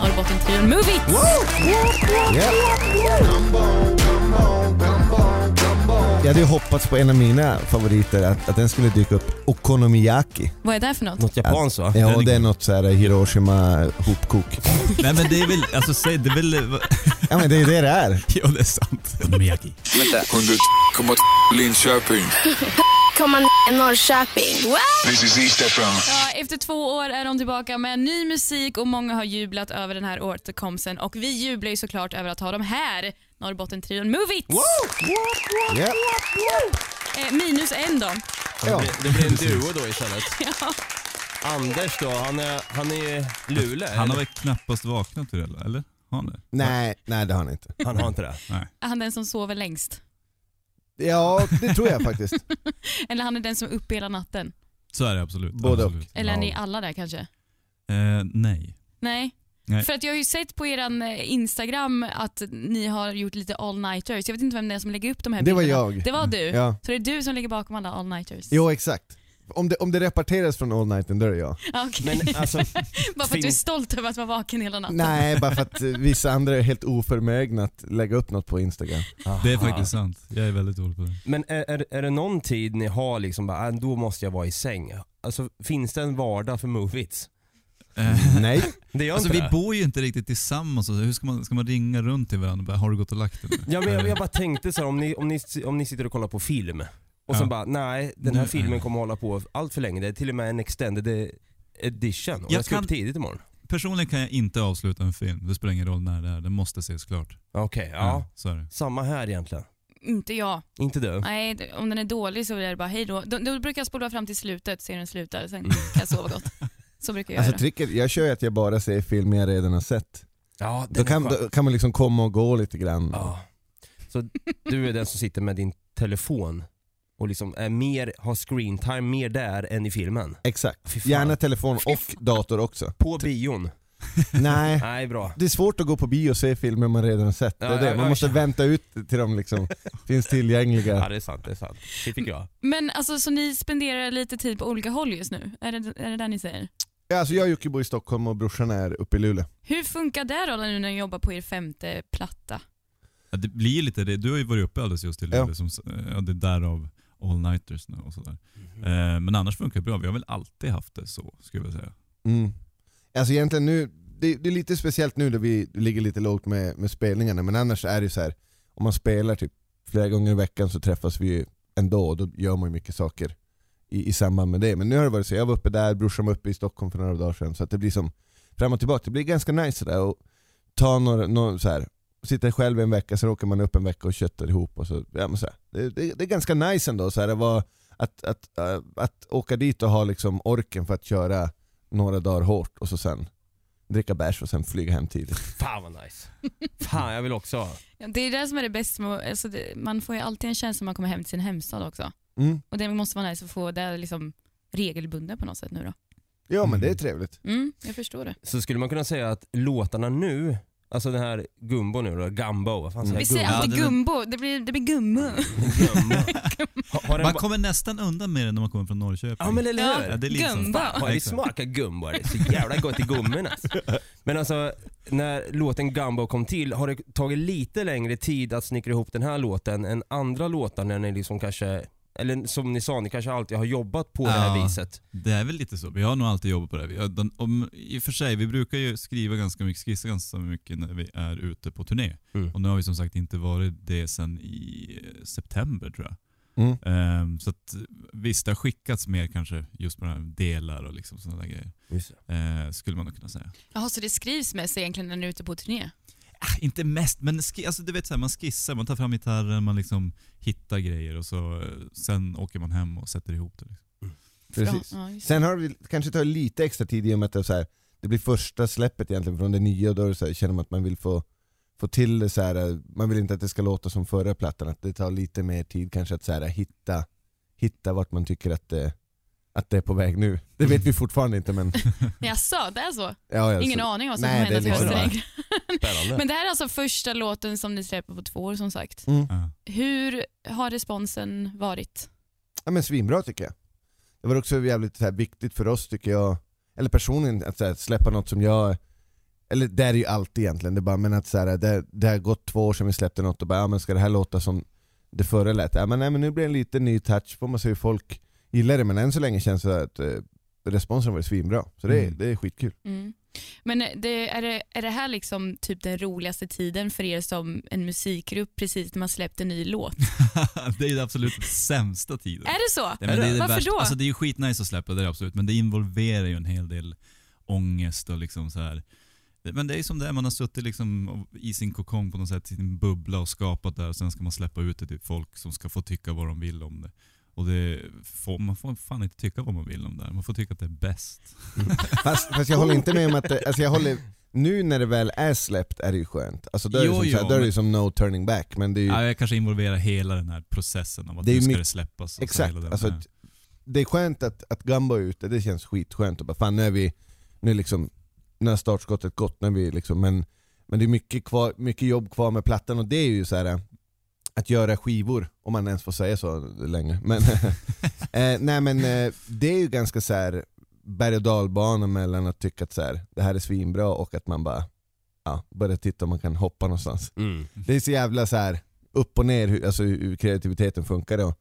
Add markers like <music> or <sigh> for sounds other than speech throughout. Norrbottentrion Move It! Jag hade ju hoppats på en av mina favoriter, att, att den skulle dyka upp. Okonomiyaki. Vad är det för något? Något japanskt va? Ja, Alltså, Den- det är något så här Hiroshima hopkok. Nej men det är väl, alltså säg, det är väl, Ja men det är det det är. <laughs> ja det är sant. Miyagi. 100,2 Linköping. Komma ner Norrköping. This is East FM. Ja, efter två år är de tillbaka med ny musik och många har jublat över den här återkomsten och vi jublar ju såklart över att ha dem här, Norrbottentrion Move It! Ja. Eh, minus en då. <laughs> Ja. Det blir en duo då istället. Anders då, han är, han är ju Luleå. Han har eller? väl knappast vaknat ur det, eller? Har han det? Nej, nej det har han inte. han har inte det. Är han den som sover längst? Ja det tror jag faktiskt. Eller han är den som är uppe hela natten? Så är det absolut. Både absolut. Eller är Ja. ni alla där kanske? Eh, nej. Nej. Nej. För att jag har ju sett på er eh, Instagram att ni har gjort lite all-nighters. Jag vet inte vem det är som lägger upp de här Det var bilderna. jag. Mm. Det var du? Ja. Så det är du som ligger bakom alla all-nighters? Jo exakt. Om det, om det rapporteras från All Nighten då är det jag. Ja, <laughs> Okej. Men alltså, Bara för att du är finns- stolt över att vara vaken hela natten. Nej, bara för att eh, vissa andra är helt oförmögna att lägga upp något på Instagram. <laughs> Det är faktiskt sant. Jag är väldigt dålig <laughs> på det. men är, är, är det någon tid ni har liksom bara, "Ah, då måste jag vara i säng? Alltså finns det en vardag för Movits? Eh, Nej. Det gör alltså inte vi det. bor ju inte riktigt tillsammans, och så hur ska man, ska man ringa runt till varandra och bara, har du gått och lagt dig <laughs> nu? Ja, men jag, jag bara tänkte så här, om ni, om, ni, om ni sitter och kollar på film och sen Ja. Mm. bara, nej den här Nu- filmen kommer hålla på allt för länge. Det är till och med en extended edition och jag, Jag ska kan- upp tidigt imorgon. Personligen kan jag inte avsluta en film, det spelar ingen roll när det är, den måste ses klart. Mm. Okej, ja. så är det. Samma här egentligen. Inte jag. Inte du? Nej, d- om den är dålig så är det bara hej då. Då, då brukar jag spola fram till slutet, se hur den slutar, sen kan jag sova gott. Så brukar jag Alltså, göra. tricket, jag kör ju att jag bara ser film jag redan har sett. Ja, den Då är kan, skön. då kan man liksom komma och gå lite grann. Ja. Så du är den som sitter med din telefon och liksom är mer, har screen time mer där än i filmen? Fy Exakt. fan. Gärna telefon och <laughs> dator också. På bion? Nej. Nej, bra. Det är svårt att gå på bio och se filmer man redan har sett. Det Ja, är det. jag- Man måste jag- vänta ut till <laughs> de liksom finns Ja, tillgängliga. det är sant, det är sant. Det fick jag. Men alltså, så ni spenderar lite tid på olika håll just nu? Är det är det där ni säger? Ja, Alltså, jag och Jocke bor i Stockholm och brorsan är uppe i Luleå. Hur funkar det då nu när ni jobbar på er femte platta? Ja, det blir ju lite det. Du har ju varit uppe alldeles just till Ja. det, som, ja, det är därav all-nighters nu och sådär. Mhm. Eh, men annars funkar det bra. Vi har väl alltid haft det så, skulle jag säga. Mm. Alltså egentligen nu, det, det är lite speciellt nu då vi ligger lite lågt med, med spelningarna men annars är det ju så här om man spelar typ flera gånger i veckan så träffas vi ju ändå och då gör man ju mycket saker i, i samband med det. Men nu har det varit så, jag var uppe där, brorsan var uppe i Stockholm för några dagar sedan så att det blir som fram och tillbaka, det blir ganska nice där och ta några, några så här sitta själv en vecka, sen åker man upp en vecka och köttar ihop och så, ja men så här. Det, det, det är ganska nice ändå så här, det var att, att, äh, att åka dit och ha liksom orken för att köra några dagar hårt och så sen dricka bärs och sen flyga hem tidigt. Fan vad nice. Fan, jag vill också ha. Ja, Det är det som är det bästa med att- alltså det, man får ju alltid en känsla när man kommer hem till sin hemstad också. Mm. Och det måste vara nice att få det liksom regelbundet på något sätt nu då. Ja men det är trevligt. Mm, jag förstår det. Så skulle man kunna säga att låtarna nu, alltså den här Gumbo nu då, Gumbo, vad fan säger Vi jag? säger gumbo. alltid Ja, det är- gumbo, det blir, det blir gummo. Gumbo. <laughs> Ha- Har den Man ba- kommer nästan undan med det när man kommer från Norrköping. Ja men eller hur? Ja, det är lite gumbo. sånt. Har ni smakat gumbo? Det är så jävla gott i gummin alltså. Men alltså, när låten Gumbo kom till, har det tagit lite längre tid att snickra ihop den här låten än andra låtar när ni liksom kanske, eller som ni sa, ni kanske alltid har jobbat på det här Ja. viset? Det är väl lite så. Vi har nog alltid jobbat på det. Vi har, den, om, I och för sig, vi brukar ju skriva ganska mycket, skissa ganska mycket när vi är ute på turné. Mm. Och nu har vi som sagt inte varit det sedan i eh, september tror jag. Mm. Ehm, så att, visst, det har skickats mer kanske just på den här delar och liksom sådana där grejer. Ehm, skulle man nog kunna säga. Jaha, så det skrivs mest egentligen när ni är ute på turné? Ah, inte mest, men ski, alltså, du vet, så här, man skissar, man tar fram gitarren, man liksom hittar grejer och så, eh, sen åker man hem och sätter ihop det. Liksom. Precis. Ja, just. Sen har vi kanske tagit lite extra tid i och med att det, är så här, det blir första släppet egentligen från det nya och då är det så här, känner man att man vill få, få till det så här. man vill inte att det ska låta som förra plattan, att det tar lite mer tid kanske att så här, hitta, hitta vart man tycker att det, att det är på väg nu. Det vet vi fortfarande <laughs> inte men... Jaså, det är så? Ja, ja, Ingen så- aning vad som Alltså, Nej, kommer hända till det är hösten. liksom egentligen. Spännande. Men det här är alltså första låten som ni släpper på två år som sagt. Mm. Ja. <laughs> Hur har responsen varit? Ja men svinbra tycker jag. Det var också jävligt så här viktigt för oss tycker jag, eller personligen, att så här, släppa något som jag eller det är det ju alltid egentligen, det är bara men att så här, det, det har gått två år sedan vi släppte något och bara, ja, men ska det här låta som det förra lät? Ja, men, nej, men nu blir det en liten ny touch, får man se hur folk gillar det, men än så länge känns det att eh, responsen har varit svinbra. Så det, är- Mm. det är skitkul. Mm. Men eh, det, är, det, är det här liksom typ den roligaste tiden för er som en musikgrupp precis när man släppt en ny <laughs> låt? det är det absolut sämsta tiden. Är det så? Nej, men det är det Varför värsta. då? Alltså, det är ju skitnice att släppa, det är det absolut, men det involverar ju en hel del ångest och liksom så här. Men det är ju som det är, man har suttit liksom och- i sin kokong på något sätt, i sin bubbla och skapat där och sen ska man släppa ut det till folk som ska få tycka vad de vill om det. Och det får, man får fan inte tycka vad man vill om det här. Man får tycka att det är bäst. Fast, fast jag håller inte med om att det, alltså jag håller, nu när det väl är släppt är det ju skönt. Alltså då är det, Jo, som, jo, så här, då är det ju men- som no turning back, men det är ju Ja, jag kanske involverar hela den här processen av att Det är nu ju ska mycket- det släppas. och så Exakt, hela den alltså, här. att- det är skönt att, att Gumbo är ute, det känns skitskönt. Och bara, fan, nu är vi, nu är liksom, när startskottet gått, när vi liksom, men, men det är mycket, kvar, mycket jobb kvar med plattan och det är ju så här eh, att göra skivor, om man ens får säga så längre. Men, <laughs> eh, nej men eh, det är ju ganska så här berg och dalbana mellan att tycka att så här, det här är svinbra och att man bara ja, börjar titta om man kan hoppa någonstans. Mm. Det är så jävla så här upp och ner hur, alltså, hur kreativiteten funkar. Då.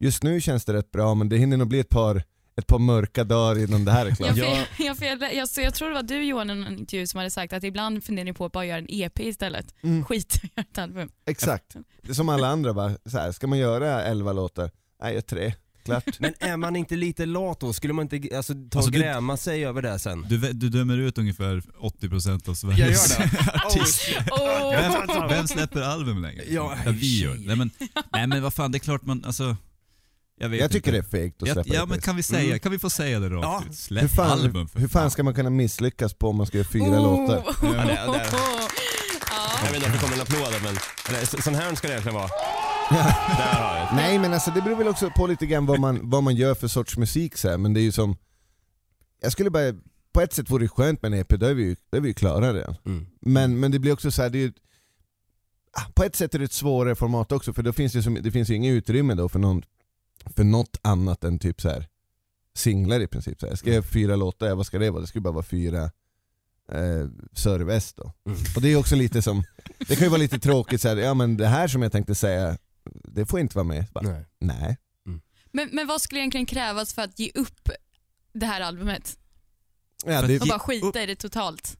Just nu känns det rätt bra men det hinner nog bli ett par, ett par mörka dagar innan det här liksom. <laughs> är Jag, klart. jag, <laughs> jag, jag, jag, så jag tror det var du Johan i en intervju som hade sagt att ibland funderar ni på att bara göra en EP istället. Mm, Skit <laughs> i att göra ett album. exakt. Det är som alla andra bara, så här, ska man göra elva låtar? Nej, jag tre. <laughs> Klart. Men är man inte lite lat då? Skulle man inte alltså, ta Alltså, och du- gräma sig över det sen? du, vä- du dömer ut ungefär 80% av Sveriges artister. Oh. Vem, vem släpper album längre? Ja, Där vi gör. shit. Nej men, nej men vad fan, det är klart man, alltså. Jag, vet Jag tycker det är inte. fegt att Ja, släppa ja ett men ex. kan vi säga, kan vi få säga det rakt Ja. ut? hur Släpp fan, album för hur fan ska man kunna misslyckas på om man ska göra fyra låtar? Ja, det- det- <laughs> Ja. Jag vet inte om det kommer en applåd men eller, så- sån här ska det egentligen vara. Där har vi det. Nej men alltså det beror väl också på lite grann vad man, vad man gör för sorts musik så här. men det är ju som... Jag skulle bara... På ett sätt vore det skönt med en EP, då är vi ju, då är vi ju klara redan. Mm. Men, men det blir också så här, det är ju, ah, på ett sätt är det ett svårare format också för då finns det, som, det finns ju inget utrymme då för, någon, för något annat än typ så här singlar i princip. Så här. Ska jag Mm. göra fyra låtar, ja, vad ska det vara? Det skulle bara vara fyra eh, Sörväst då. Mm. Och det är också lite som, det kan ju vara lite tråkigt så här, ja men det här som jag tänkte säga, det får inte vara med. Bara, Nej. Nej. Men, men vad skulle egentligen krävas för att ge upp det här albumet? Ja, För det, Och Ge bara skita i det totalt?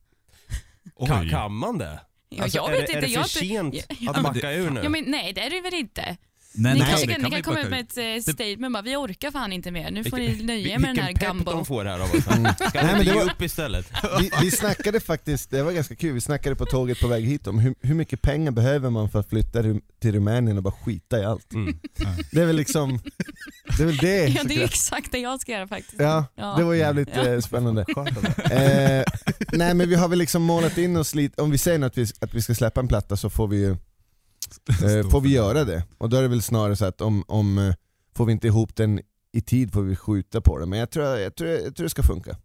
Oj. Kan, kan man det? Ja, Alltså, jag är vet det, inte. Är det jag för har inte- sent Ja, ja, att men- backa ur nu? Ja, men, nej det är det väl inte? Nej, Ni nej, kanske det kan, ni kan komma backa ut med ur. ett eh, statement bara, vi orkar fan inte mer. Nu får Vilken- ni nöja er Vil- med den här Vilken pepp Gumbo. de får här av oss. Mm. Ska Nej, vi men inte det ge var- upp istället? vi, vi snackade faktiskt, det var ganska kul, vi snackade på tåget på väg hit om hur, hur mycket pengar behöver man för att flytta rum- till Rumänien och bara skita i allt. Mm. Det är väl liksom, det är väl det. Ja, det är ju såklart. exakt det jag ska göra faktiskt. ja, Ja. det var jävligt Ja. eh, spännande. Eh, nej men vi har väl liksom målat in oss lite, om vi säger att vi, att vi ska släppa en platta så får vi ju eh, Stå får vi för göra det. Och då är det väl snarare så att om, om eh, får vi inte ihop den i tid får vi skjuta på det. Men jag tror, jag tror, jag tror det ska funka.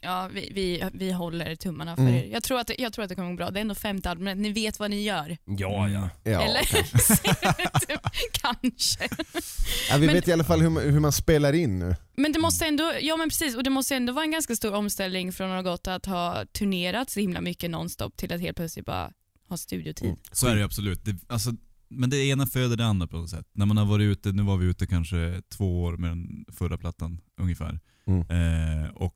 Ja, vi, vi, vi håller tummarna för Mm. er. Jag tror, att, jag tror att det kommer gå bra. Det är ändå femte albumet, ni vet vad ni gör. Mm. Ja, ja. Ja. Eller? <laughs> Kanske. Ja, vi Men- vet i alla fall hur, man- hur man spelar in nu. Men det måste ändå, ja men precis, och det måste ändå vara en ganska stor omställning från att ha gått att ha turnerat så himla mycket nonstop till att helt plötsligt bara ha studiotid. Mm. Så är det ju absolut. Det, alltså, men det ena föder det andra på något sätt. När man har varit ute, nu var vi ute kanske två år med den förra plattan ungefär. Mm. Eh, och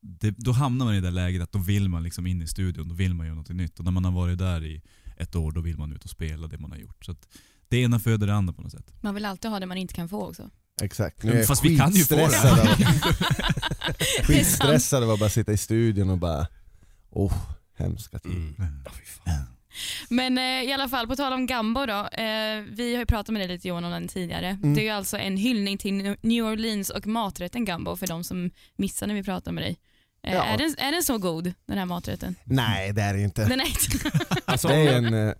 det, då hamnar man i det där läget att då vill man liksom in i studion, då vill man göra något nytt. Och när man har varit där i ett år, då vill man ut och spela det man har gjort. Så att det ena föder det andra på något sätt. Man vill alltid ha det man inte kan få <laughs> också. Exakt. Men jag fast vi kan ju få det. <laughs> Det är skitstressad av- <laughs> sant. Skitstressad av att bara sitta i studion och bara, oh, hemska tider. Mm. Men eh, i alla fall, på tal om Gambo då. Eh, vi har ju pratat med dig lite Johan om den tidigare. Mm. Det är ju alltså en hyllning till New- New Orleans och maträtten Gambo för de som missar när vi pratar med dig. Eh, Ja. är, den, är den så god, den här maträtten? Nej det är det inte. Den är inte... <laughs> Alltså, Det är, om- en, eh,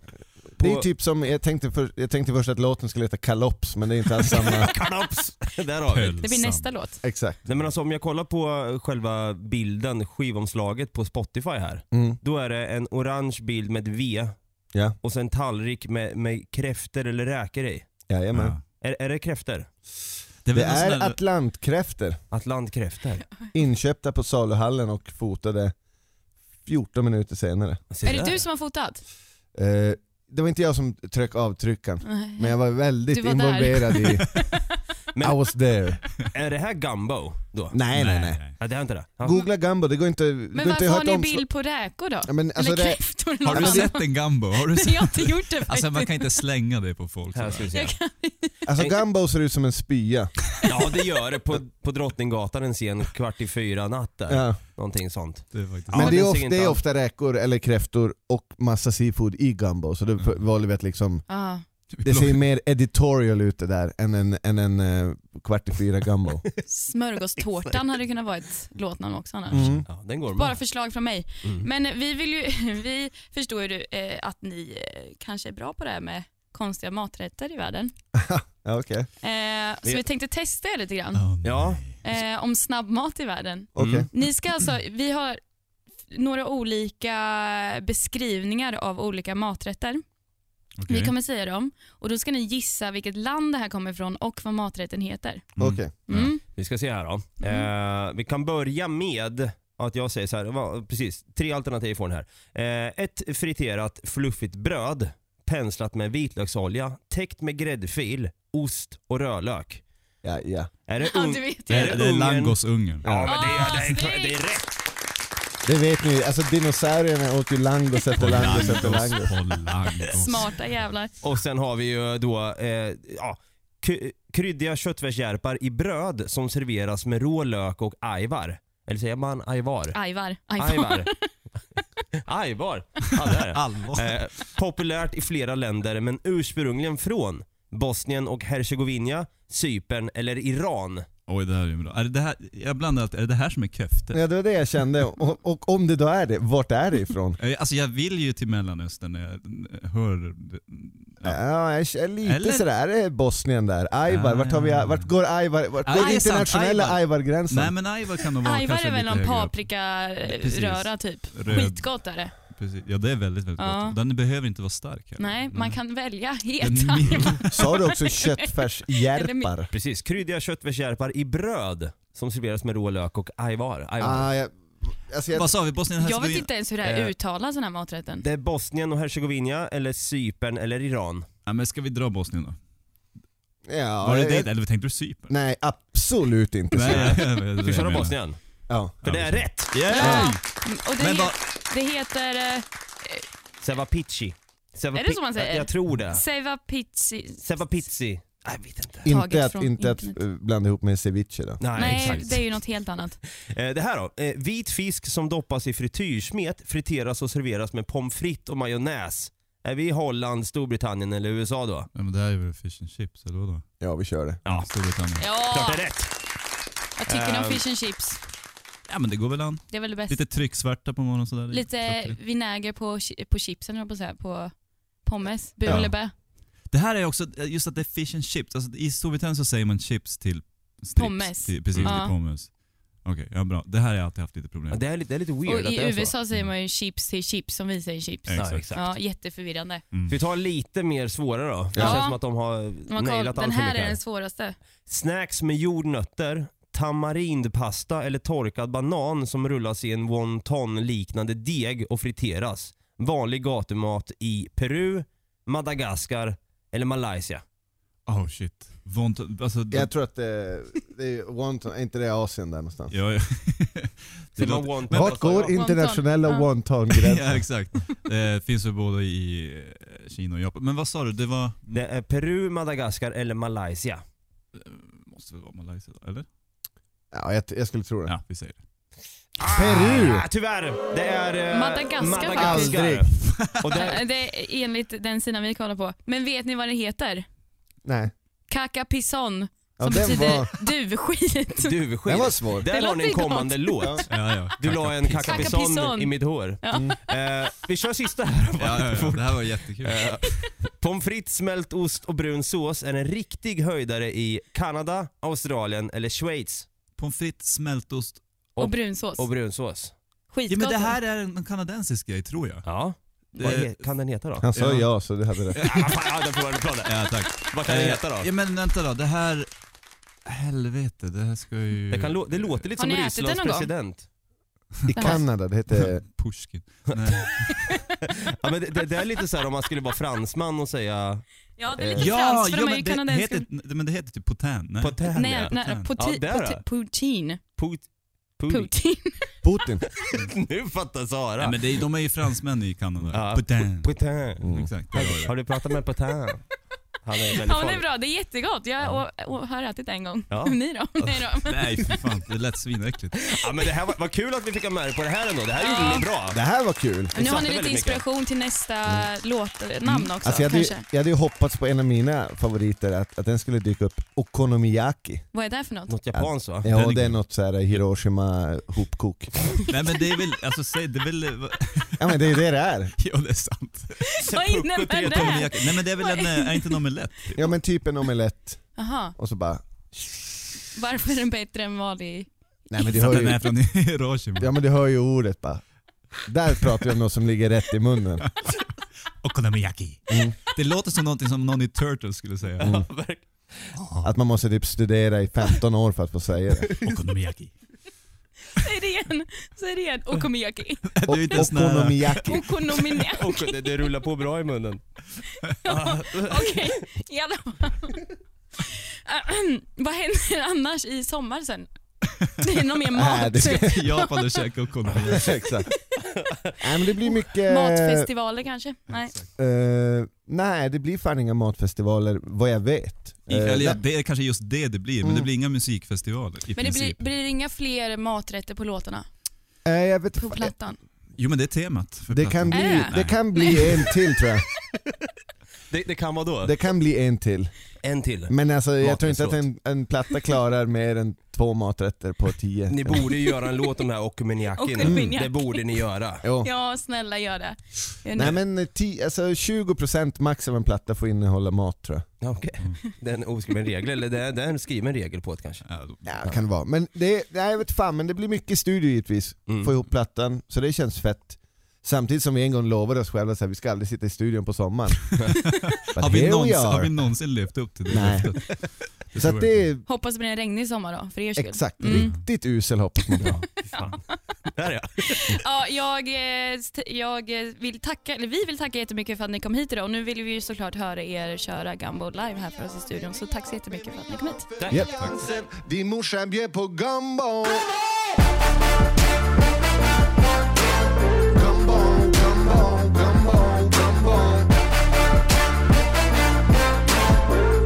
det är typ som, jag tänkte, för, jag tänkte först att låten skulle heta Kalops men det är inte <laughs> alls samma. Kalops! Där har vi det. <laughs> Det blir nästa låt. Exakt. Nej, men alltså, om jag kollar på själva bilden, skivomslaget på Spotify här. Mm. Då är det en orange bild med ett V Ja, och sen tallrik med, med kräfter eller räkor i. jajamän. Ja. Är, är det kräfter? Det är, Det väl en sån är där- atlantkräftor, Atlantkräftor. inköpta på saluhallen och fotade 14 minuter senare. Se Är det där. du som har fotat? Eh, det var inte jag som tryckte avtryckaren, men jag var Du väldigt var där. involverad i... Men- I was there. Är det här Gumbo då? Nej, nej, nej. Ja, det är inte det? Ja. Googla Gumbo, det går inte... Men varför har ni bild på räkor då? Ja, men alltså Eller det, kräftor eller Har du något sett annat? en gumbo? <laughs> Har du Nej, sett? jag har inte gjort det <laughs> Alltså faktiskt. man kan inte slänga det på folk. Här sådär. ska vi se. alltså Gumbo ser ut som en spya. Ja det gör det på, på Drottninggatan en sen kvart i fyra natt där. Ja. Någonting sånt. Det är faktiskt... Men Ja, det den är, ser ofta, inte det är all- ofta räkor eller kräftor och massa seafood i Gumbo, så då Mm. valde vi att liksom... Ja. Det ser mer editorial ut det där än en, än en eh, kvart i fyra Gumbo. Smörgåstårtan hade kunnat vara ett låtnamn också annars. <laughs> Mm. Ja, den går Bara med. förslag från mig. Mm. Men vi, vill ju, <laughs> vi förstår ju eh, att ni eh, kanske är bra på det här med konstiga maträtter i världen. Ja, okej. Eh, så Vi- vi tänkte testa er lite grann Oh, nej. Ja. eh, om snabbmat i världen. Okej. Mm. Ni ska alltså, vi har några olika beskrivningar av olika maträtter. Okej. Vi kommer säga dem och då ska ni gissa vilket land det här kommer ifrån och vad maträtten heter. Mm. Okej. Mm. Vi ska se här då. Eh, vi kan börja med att jag säger så här, va, precis, tre alternativ får ni här. Eh, ett friterat fluffigt bröd, penslat med vitlöksolja, täckt med gräddfil, ost och rödlök. Ja, ja. Är det Ja, ung- du vet Det ju. Är är, det är Ungern? langosungen. Ja, men det, Ah, är- det, är, snyggt! det är rätt. Det vet ni, alltså dinosaurierna åt ju langos efter langos efter langos. på langos. Smarta jävlar. Och sen har vi ju då eh, ja, k- kryddiga köttfärssjärpar i bröd som serveras med rå lök och ajvar. Eller säger man ajvar? Ajvar. <laughs> Ajvar. Ajvar. <laughs> Ajvar. Ja, det är <laughs> det. Allvar. Eh, populärt i flera länder men ursprungligen från Bosnien och Hercegovina, Cypern eller Iran. Oj, det här är ju bra. Är det det här, jag blandar alltid, är det det här som är köfte? Ja, det var det jag kände. Och, och om det då är det, vart är det ifrån? Eh, Alltså jag vill ju till Mellanöstern när jag eh, hör... Ja, jag är lite Eller? Ah. sådär, är det Bosnien där? Ajvar, vart, har vi, vart går Ajvar? Vart Ja, går det den är sant, internationella Ajvar. Ajvar-gränsen? Nej men Aivar kan nog vara Ajvar kanske Alltså. är väl lite någon högre upp. Precis. paprikaröra typ. Röd. Skitgott är det. Precis. Ja det är väldigt, väldigt Ja. gott. Den behöver inte vara stark heller. Nej, man kan välja Den helt är mild. <laughs> ajvar. <laughs> Sa du också köttfärshjärpar? Precis, kryddiga köttfärssjärpar i bröd som serveras med rå lök och ajvar. ajvar. Ah, jag, alltså jag, Vad sa vi? <laughs> Bosnien Jag vet Hercegovina? inte ens hur det här Eh. uttalas, den här maträtten. Det är Bosnien och Hercegovina eller Cypern eller Iran. Ja, men ska vi dra Bosnien då? ja, Var det jag- det eller tänkte du Cypern? Nej, absolut inte. Nej, så. jag vet inte vad Vi jag kör menar. Bosnien, Ja. för det är rätt. Yeah. Ja. Mm, Och det, Men he- vad- det heter eh, Sevapici. Sevapi- Är det så man säger? Jag tror det. Sevapitsi. Sevapici. Jag vet inte. Taget Inte att, från inte att internet. eh, blanda ihop med ceviche då. Nej, Nej, exakt. det är ju något helt annat. Eh, Det här då. Eh, Vit fisk som doppas i frityrsmet, friteras och serveras med pommes frites och majonnäs. Är vi i Holland, Storbritannien eller USA då? Ja, men det här är väl fish and chips, eller vadå? Ja, vi kör det. Ja. Storbritannien. Ja, Klart det är rätt. vad tycker ni om Eh. fish and chips? Ja men det går väl an. Det är väl det bästa. Lite trycksvärta på morgonen sådär. Lite Klockrent. vinäger på, chi- på chipsen, höll jag på att säga, på pommes. Bu Ja. eller bä. Det här är också, just att det är fish and chips. Alltså, I Storbritannien så säger man chips till strips. Pommes. Till, precis, Ja. till pommes. Okej, ja bra. Det här har jag alltid haft lite problem Ja, med. Det är lite, det är lite weird Och att i det är så. USA säger man ju chips till chips som vi säger chips. Ja, Ja, exakt. exakt. Ja, jätteförvirrande. Mm. Ska vi ta lite mer svåra då? Det Ja. känns som att de har Man kollar- nailat den allt för här mycket är här. den svåraste. Snacks med jordnötter, tamarindpasta eller torkad banan som rullas i en wonton-liknande deg och friteras. Vanlig gatumat i Peru, Madagaskar eller Malaysia. Oh shit. Vont, alltså, det- Jag tror att det, det är wonton, är inte det Asien där någonstans? ja, ja. det Säger man låter, wonton, men, vad Vart sa jag? går internationella wonton-gränsen? <laughs> ja exakt. Det finns väl både i eh, Kina och Japan. Men vad sa du? Det var... Det är Peru, Madagaskar eller Malaysia. Måste väl vara Malaysia då, eller? Ja, jag, jag skulle tro det. Ja, vi säger det. Peru! Ah, tyvärr! Det är eh, Madagaskar faktiskt. Aldrig. <laughs> Och det, Det är enligt den sidan vi kollar på. Men vet ni vad det heter? Nej. Kakapisson. Ja, Som den betyder var- duvskit. duvskit. Den var svår. Där Det har ni en låter kommande låt. Ja, ja. <laughs> Du la en Kakapisson. kakapison Kakapison. i mitt hår. Ja. Eh, vi kör sista här. Ja, ja, ja, det här var jättekul. Eh, Pommes frites, smält ost och brun sås är en riktig höjdare i Kanada, Australien eller Schweiz. Pommes frites, smältost. <laughs> Och brunsås. Och brunsås. Ja, Skitgott. men det här är en kanadensisk grej tror jag. Ja. Vad Eh, he- kan den heta då? Han sa ja, så du hade rätt. Ah, fan, ja, den får vara på det. Ja, tack. Vad kan den Eh, heta då? Ja, men vänta då. Det här... Helvete, det här ska ju... Det, kan, lå- det låter lite Har som ni ätit den Rysslands någon gång? president. I Kanada, det heter... Pushkin. Eh, <laughs> Nej. Ja, men det, det, det är lite så här om man skulle vara fransman och säga Ja, det Eh, är lite ja, franskt för de ja är men, ju det kanadensiska. heter, nej, men det heter typ potain. Nej. potain. Nej, ja. nej, Potain. poti, Ja, där poti, poutine. Put, put. Poutine. Putin. <laughs> nu fattar Sara. nej men det, är- de är ju fransmän i Kanada. Ja, potain. pu- potain. Mm. Exakt. det var Har, det. har du pratat med Potain? Han är väldigt Ja, men det är farlig. bra. Det är jättegott. Jag och, och, har ätit en gång. Ja. <laughs> Ni då? Nej då. Nej för fan, det lät svinäckligt. Ja, men det här var, vad kul att vi fick ha med er på det här ändå. Det här gjorde ni bra. Det här var kul. Men nu har satte ni lite väldigt mycket. inspiration till nästa låt, eh, namn också Mm. Alltså jag, hade ju, kanske. jag hade ju hoppats på en av mina favoriter, att, att den skulle dyka upp. Okonomiyaki. Vad är det för något? Något japanskt va? Ja, Den är det är god. något så här Hiroshima hopkok. Nej men det är väl, alltså säg, det är väl, <laughs> va- Ja men det är det det är. ja det är sant. Vad innebär Seppuku det? Okonomiyaki. Nej men det är väl en, eh, är inte en omelett? Ja men typ en omelett Aha. och så bara... Varför är den bättre än vanlig? Nej men du För hör att den är ju, från Hiroshima. ja, men du hör ju ordet bara. Där pratar vi om något som ligger rätt i munnen. Okonomiyaki. Mm. Det låter som någonting som någon i Turtles skulle säga. Mm. Att man måste typ studera i 15 år för att få säga det. Okonomiyaki. Säg det igen, säg det igen. Okonomiyaki. <laughs> Det är ju inte ens nära. Okonomiyaki. <laughs> Okonomiyaki. Och det, det rullar på bra i munnen. Okej, i alla fall. Ahem. Vad händer annars i sommar sen? Det är någon mer <laughs> Nej, det mat, ska- Japan och käkar okonomiyaki. Exakt. Nej men det blir mycket... matfestivaler kanske? Nej. Eh, nej, det blir fan inga matfestivaler vad jag vet. Eh, Mm. Eller ja, nej, det är kanske just det det blir, men det blir inga musikfestivaler i Men det blir, princip. blir det inga fler maträtter på låtarna? eh, jag vet, På plattan? Jo men det är temat. för det, plattan. kan Är bli, det? det kan bli en till <laughs> tror jag. Det, det kan vara då. Det kan bli en till. En till. Men alltså, jag tror inte att Maträttslåt. en, en platta klarar mer än två maträtter på tio. Ni borde ju göra en låt om det här Okumeniakin. Okonomiyaki. Det borde ni göra. Jo. Ja, snälla gör det. Gör Nej nu. men eh, ti, alltså, 20% max av en platta får innehålla mat tror jag. Ja, Okej. Det är en oskriven regel, eller det är, det är en skriven regel på det kanske. Ja, då- Ja, kan det vara. Men det, nej, jag vet fan, men det blir mycket studio givetvis. Mm. Få ihop plattan, så det känns fett. Samtidigt som vi en gång lovade oss själva att vi ska aldrig sitta i studion på sommaren. But Har vi, here we någonsin, har are. vi någonsin levt upp till det Nej. löftet? Så tror att jag det inte. är Hoppas det blir en regnig sommar då, för er skull. exakt, Mm. riktigt usel hoppas man på. Fy Fan. Där ja. Ja, jag, eh, st- jag eh, vill tacka, eller vi vill tacka jättemycket för att ni kom hit idag och nu vill vi ju såklart höra er köra Gumbo live här för oss i studion så tack så jättemycket för att ni kom hit. Yep. Din morsa bjöd på gumbo. Gumbo, gumbo, gumbo,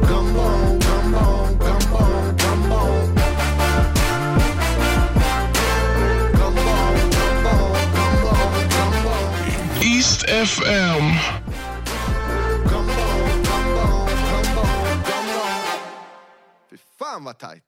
gumbo. Gumbo, gumbo, gumbo, gumbo. Gumbo, gumbo, gumbo, gumbo. East FM. Gumbo, gumbo, gumbo, gumbo. Fy fan vad tajt.